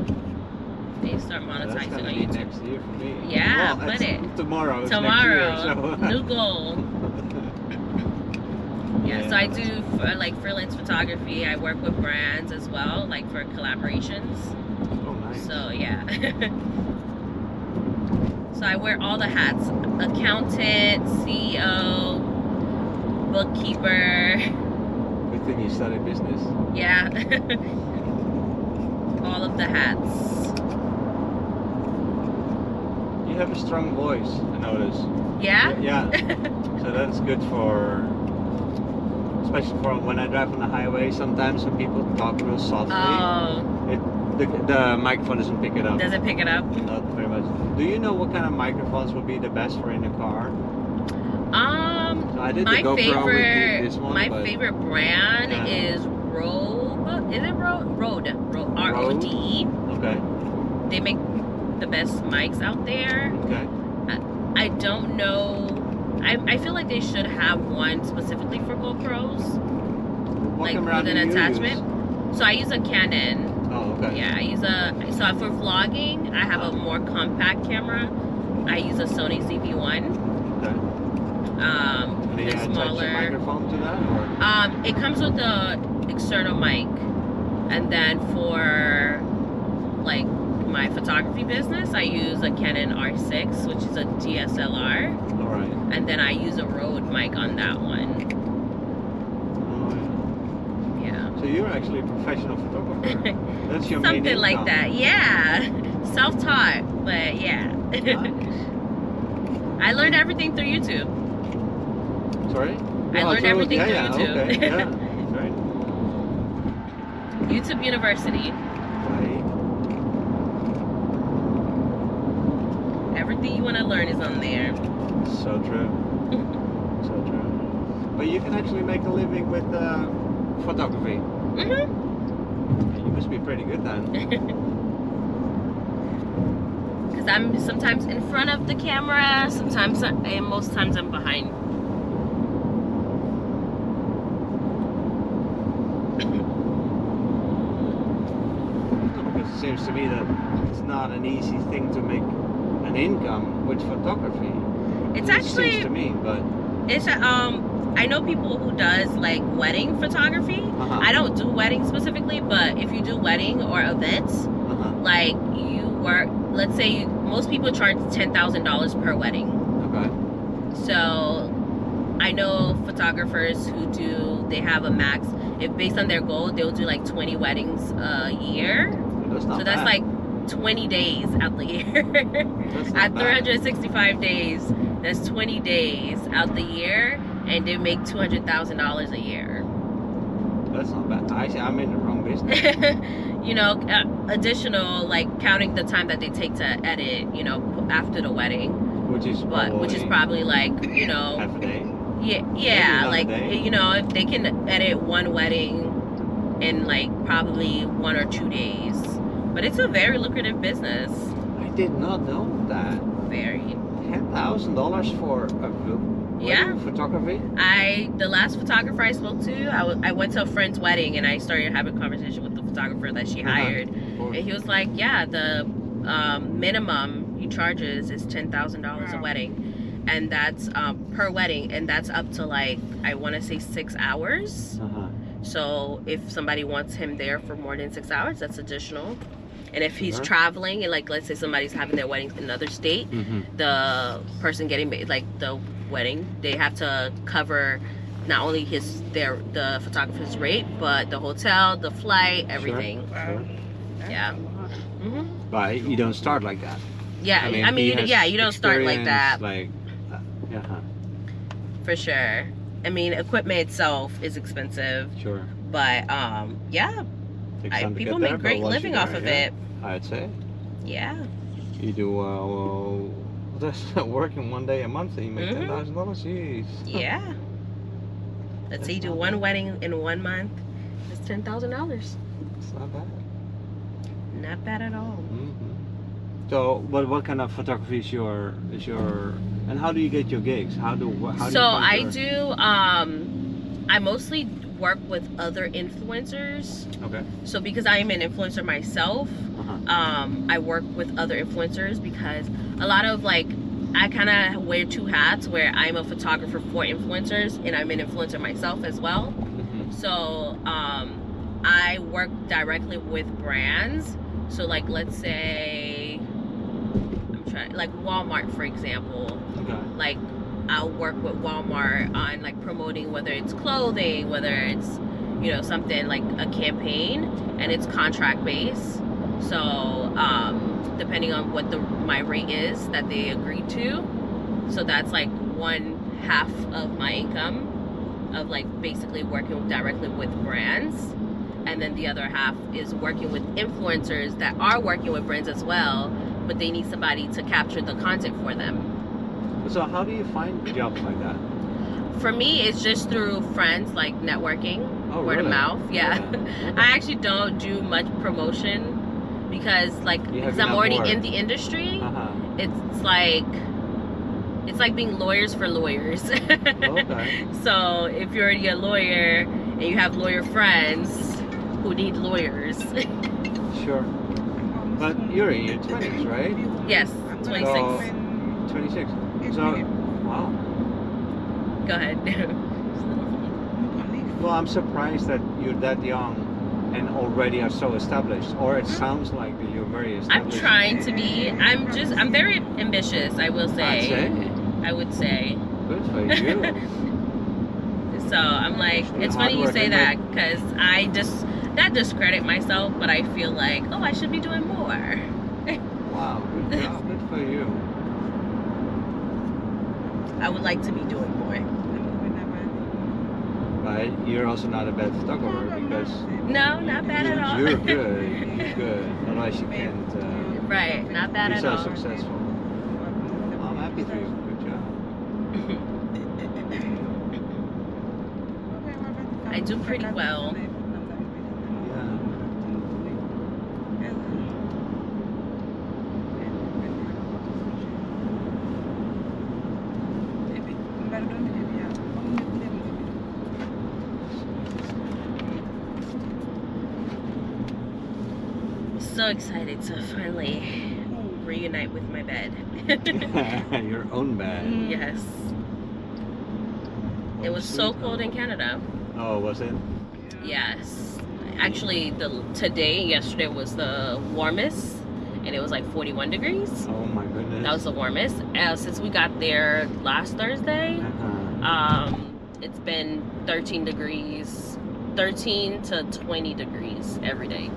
They start that's monetizing gonna on be YouTube. next year for me. Yeah, well, put it's it. tomorrow. It's Next year, Tomorrow, so. new goal. Yeah, so I do for, like freelance photography. I work with brands as well, like for collaborations. Oh, nice. So yeah. so I wear all the hats: accountant, CEO, bookkeeper. Good thing you started business. Yeah. all of the hats. You have a strong voice, I notice. Yeah. Yeah. So that's good for, especially for when I drive on the highway. Sometimes when people talk real softly, oh, the, the microphone doesn't pick it up. does it pick it up? Not very much. Do you know what kind of microphones would be the best for in the car? Um, So I did my the GoPro favorite, with this one, my but favorite brand Yeah. is Robe. Is it Robe? Rode. Rode. R O D E. okay, They make the best mics out there. okay, I don't know. I, I feel like they should have one specifically for GoPros. what Like, camera with do an you attachment? So I use a Canon. Use? Oh, okay. Yeah, I use a. So for vlogging, I Uh-huh. have a more compact camera. I use a Sony ZV-1. Okay. Um, And you the attach a smaller. microphone to that, or Um, it comes with the external mic, and then for like my photography business, I use a Canon R6, which is a DSLR, all right. and then I use a Rode mic on that one. Oh, Yeah, yeah. So you're actually a professional photographer. That's your main something like income. that. Yeah, self-taught, but yeah, Nice. I learned everything through YouTube. Sorry? I Oh, learned so- everything yeah, through yeah, YouTube. Okay, yeah. Right. YouTube University, Right. everything you want to learn is on there. So true. so true. But you can actually make a living with uh, photography. hmm You must be pretty good then. Because I'm sometimes in front of the camera, sometimes, and most times I'm behind. Because it seems to me that it's not an easy thing to make an income with photography. It's It actually, seems to me, but it's a, um, I know people who does like wedding photography. uh-huh, I don't do weddings specifically, but if you do wedding or events, uh-huh. like you work, let's say you, most people charge ten thousand dollars per wedding. Okay. So I know photographers who do they have a max. If based on their goal, they'll do like twenty weddings a year. That's not so that's bad. like 20 days out the year. That's not At bad. 365 days, that's 20 days out the year, and they make $200,000 a year. That's not bad. Actually, I'm in the wrong business. you know, uh, additional, like counting the time that they take to edit, you know, p- after the wedding, Which is but which is probably like, you know, half a day. yeah, yeah another like, day. you know, if they can edit one wedding in like probably one or two days. But it's a very lucrative business. I did not know that. Very. Ten thousand dollars for a v- Yeah. Photography. I the last photographer I spoke to, I wa- I went to a friend's wedding and I started having a conversation with the photographer that she Uh-huh. hired, and he was like, "Yeah, the um, minimum he charges is ten thousand dollars a Wow. wedding, and that's um, per wedding, and that's up to like I want to say six hours. Uh-huh. So if somebody wants him there for more than six hours, that's additional." And if he's Uh-huh. traveling, and like let's say somebody's having their wedding in another state, Mm-hmm. the person getting ma- like the wedding they have to cover not only his their the photographer's rate but the hotel the flight everything Wow. That's a Yeah. lot. hmm But you don't start like that. yeah i mean, he you know- has yeah you don't start like that experience, Like, uh, yeah, huh, for sure i mean equipment itself is expensive sure. but um yeah Takes I, time to people get there, but make great once you living get off there, of yeah, it I'd say yeah you do uh, well, that's not working one day a month and you make Mhm. ten thousand dollars. Jeez. yeah let's say you That's do not one bad. wedding in one month it's ten thousand dollars It's not bad. not bad at all hmm So, what what kind of photography is your is your and how do you get your gigs? How do wh- how do so you find I your- do. Um, I mostly work with other influencers. Okay. So because I am an influencer myself, Uh-huh. um, I work with other influencers because a lot of like I kind of wear two hats where I'm a photographer for influencers and I'm an influencer myself as well. Mhm. So um, I work directly with brands. So like let's say I'm trying like Walmart for example Okay. like I'll work with Walmart on like promoting whether it's clothing, whether it's you know something like a campaign, and it's contract based. So um, depending on what the my rate is that they agree to, so that's like one half of my income of like basically working directly with brands. And then the other half is working with influencers that are working with brands as well, but they need somebody to capture the content for them. So how do you find jobs like that? For me, it's just through friends, like networking, Oh, word really? of mouth. Yeah. Okay. I actually don't do much promotion because, like, You have because I'm enough already work. in the industry. Uh-huh. It's like it's like being lawyers for lawyers. Okay. so if you're already a lawyer and you have lawyer friends who need lawyers, Sure. Almost But home. you're in your twenties, right? Yes, I'm 26. So- Gonna Twenty six. so, So- Wow. go ahead. Well, I'm surprised that you're that young and already are so established. Or it sounds like that you're very Mm-hmm. I'm established. trying to be. I'm just. I'm very ambitious. I will I'd say. say. I would say. Good for you. So I'm like, Just it's hard funny you work say and that because I just not discredit myself, but I feel like, oh, I should be doing more. wow. Good job. Good for you. I would like to be doing more. But you're also not a bad photographer because No, not bad at all. you're good. You're good. Otherwise you can't uh, Right, not bad be at so all. successful. Well, Oh, I'm happy for you. Good job. I do pretty well. Yeah. So excited to finally reunite with my bed. Your own bad. yes, it was so cold in Canada. Oh, was it? Yes, actually, the today yesterday was the warmest, and it was like 41 degrees. Oh my goodness. That was the warmest. Uh, since we got there last Thursday, Uh-huh. um, it's been 13 degrees, 13 to 20 degrees every day.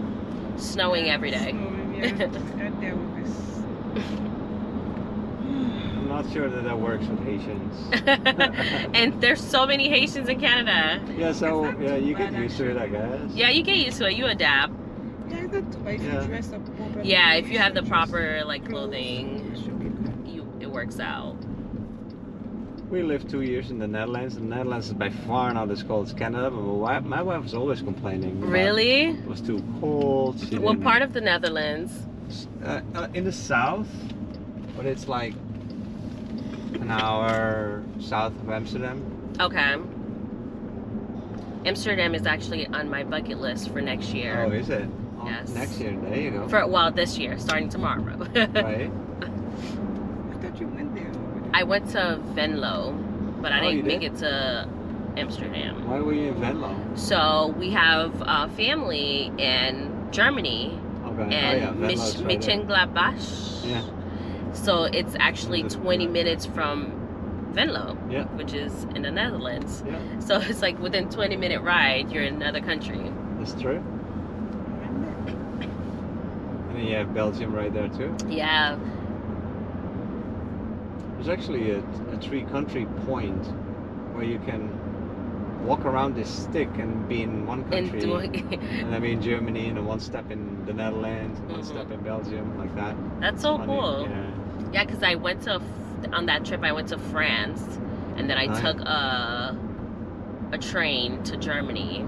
Snowing every day. Snowing, yeah. That there will be s- I'm not sure that that works with Haitians. and there's so many Haitians in Canada. Yeah, so It's not yeah, too you get bad, used to it, I guess. Yeah, you get used to it. You adapt. Yeah, it's not too bad if you Yeah. dress up properly. Yeah, if you have the dress proper like clothes, clothing, it should be good. you it works out. We lived two years in the Netherlands. The Netherlands is by far not as cold as Canada, but my wife, my wife was always complaining. about Really? It was too cold. She What didn't- part of the Netherlands? Uh, uh, in the south, but it's like an hour south of Amsterdam. Okay. Amsterdam is actually on my bucket list for next Oh, year. is it? Oh, Yes. Next year, there you go. For well, this year, starting tomorrow. right? I thought you went there already. I went to Venlo, but I Oh, you didn't did? make it to Amsterdam. Why were you in Venlo? So we have a family in Germany Okay. and oh, yeah, Venlo's right there. Mönchengladbach. Yeah. So it's actually Another 20 Venlo. minutes from Venlo, Yeah. which is in the Netherlands. Yeah. So it's like within 20 minute ride, you're in another country. That's true. And then you have Belgium right there too. Yeah. There's actually a, a three country point where you can walk around this stick and be in one And country. doing, and I mean Germany, and then one step in the Netherlands, and one Mhm. step in Belgium, like that. that's so Funny, cool. Yeah. Yeah, because I went to on that trip. I went to France, and then I Nice. took a a train to Germany.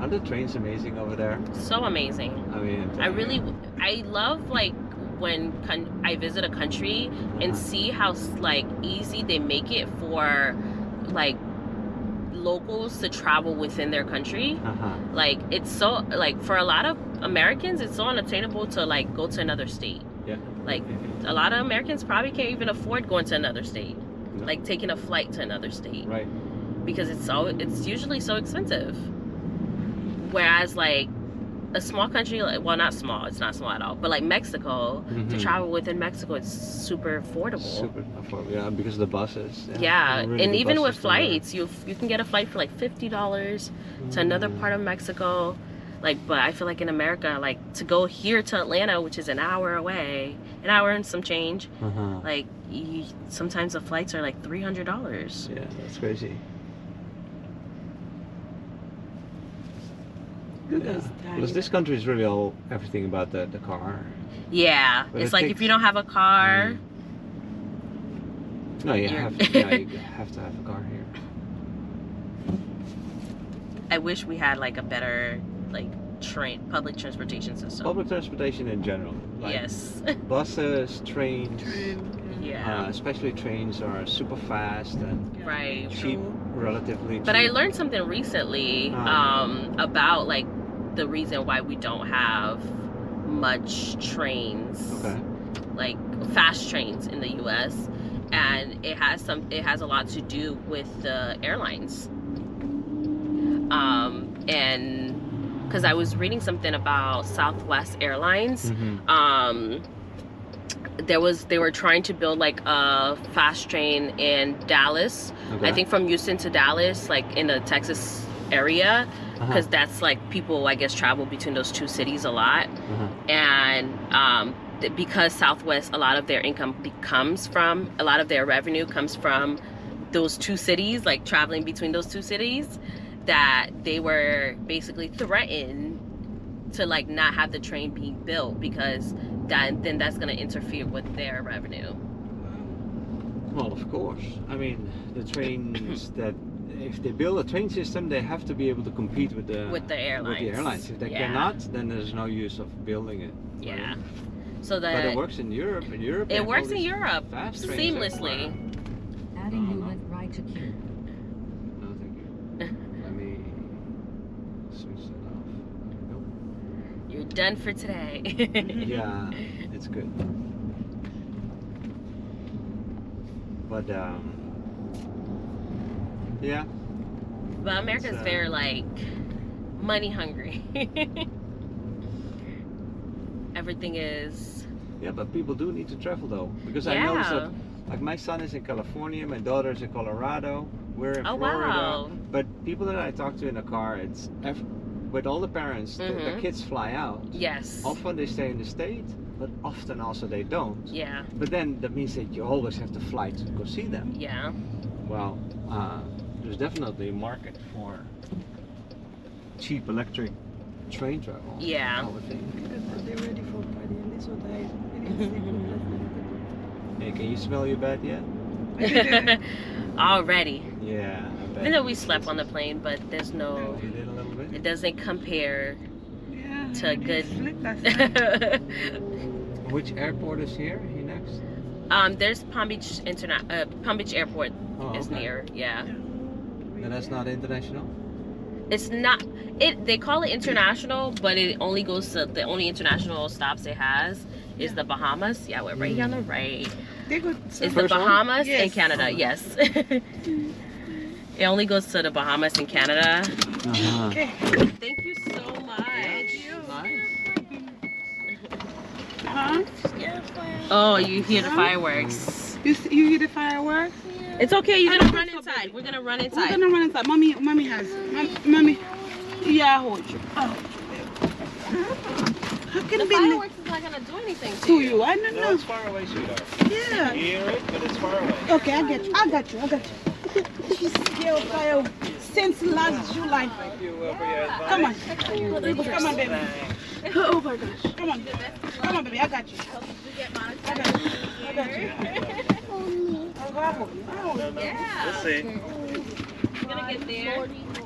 Aren't the trains amazing over there? So amazing. I mean, I really, I love like when con- I visit a country and see how like easy they make it for like locals to travel within their country. Uh-huh. Like it's so like for a lot of Americans, it's so unattainable to like go to another state. Yeah. Like a lot of Americans probably can't even afford going to another state, No. like taking a flight to another state Right. because it's so it's usually so expensive. Whereas like a small country, like well not small, it's not small at all, but like Mexico, to Mhm. travel within Mexico, it's super affordable. Super affordable. Yeah, because of the buses. yeah, Really and good even with buses down there. flights, you you can get a flight for like fifty dollars to another Mm. part of Mexico. Like, but I feel like in America, like to go here to Atlanta, which is an hour away, an hour and some change. Uh-huh. Like, you, sometimes the flights are like three hundred dollars. Yeah, that's crazy. Look Yeah. at us Because this country is really all everything about the, the car. Yeah, But it's it like if takes- you don't have a car, No, you You're- have, yeah, you have to have a car here. Mm. I wish we had like a better like train public transportation system. Public transportation in general. Like yes. Buses, trains, Train. yeah. uh, especially trains are super fast and Yeah. right. cheap, True. relatively cheap. But I learned something recently Uh-huh. um, about like the reason why we don't have much trains, Okay. like fast trains in the U.S. And it has some. It has a lot to do with the airlines. Um, and because I was reading something about Southwest Airlines, Mm-hmm. um there was they were trying to build like a fast train in Dallas. Okay. I think from Houston to Dallas, like in the Texas area, Uh-huh. because that's like people I guess travel between those two cities a lot. Uh-huh. And um, th- because Southwest, a lot of their income be- comes from a lot of their revenue comes from those two cities, like traveling between those two cities, that they were basically threatened to like not have the train being built because that then that's going to interfere with their revenue. Well, of course. I mean, the trains that if they build a train system, they have to be able to compete with the With the With the airlines. airlines. If they Yeah. cannot, then there's no use of building it. Yeah. So But that it works in Europe. In Europe, they it have all works in these Europe fast trains everywhere. seamlessly. Adding Oh, new no. left right to queue. No, thank you. Let me switch that off. You're done for today. Nope. Yeah, it's good. But um, yeah, But America's So- very like money hungry. Everything is yeah. But people do need to travel though, because I noticed that Like my son is in California, my daughter is in Colorado, we're in oh Florida. wow. But people that I talk to in the car, it's ev- with all the parents, the, the Mhm. kids fly out. Yes. Often they stay in the state, but often also they don't. Yeah. But then that means that you always have to fly to go see them. Yeah. Well, uh, there's definitely a market for cheap electric train travel. Yeah. I would think. They're ready for party and this or that. It is good. Hey, can you smell your bed yet? Already. Yeah. I bet. Even though we slept on the plane, but there's no You did a little bit. it doesn't compare. Yeah, To a we good- sleep last night. um Which airport is here? You next? Um, there's Palm Beach Interna- uh, Palm Beach Airport Oh, is okay. near. Yeah, Then that's not international. it's not. It they call it international, but it only goes to the only international stops it has is Yeah. the Bahamas. Yeah, we're right here on the right. They go It's so the Mm. First one? Bahamas and Yes. Canada. Yes. it only goes to the Bahamas and Canada. Uh-huh. okay. Thank you so much. Nice. Huh? Oh, you hear the Huh? fireworks. You see, you hear the fireworks? It's okay. You're gonna I run don't think so, inside. We're gonna run We're inside. gonna run inside. Mommy, mommy has. Mom, mommy, yeah, I hold you. I hold you. I The can be fireworks is not gonna do anything to you. I don't No, know. it's far away, sweetheart. Yeah. hear it, but it's far away. Okay, I get you. I got you. I got you. She's scared of fire since last July. Thank you uh, for your advice. Come on. Come on, baby. Oh my gosh. Come on. Come on, baby. I got you. I got you. I got you. I hold you. I hold you. Yeah. Let's see. We're gonna get there.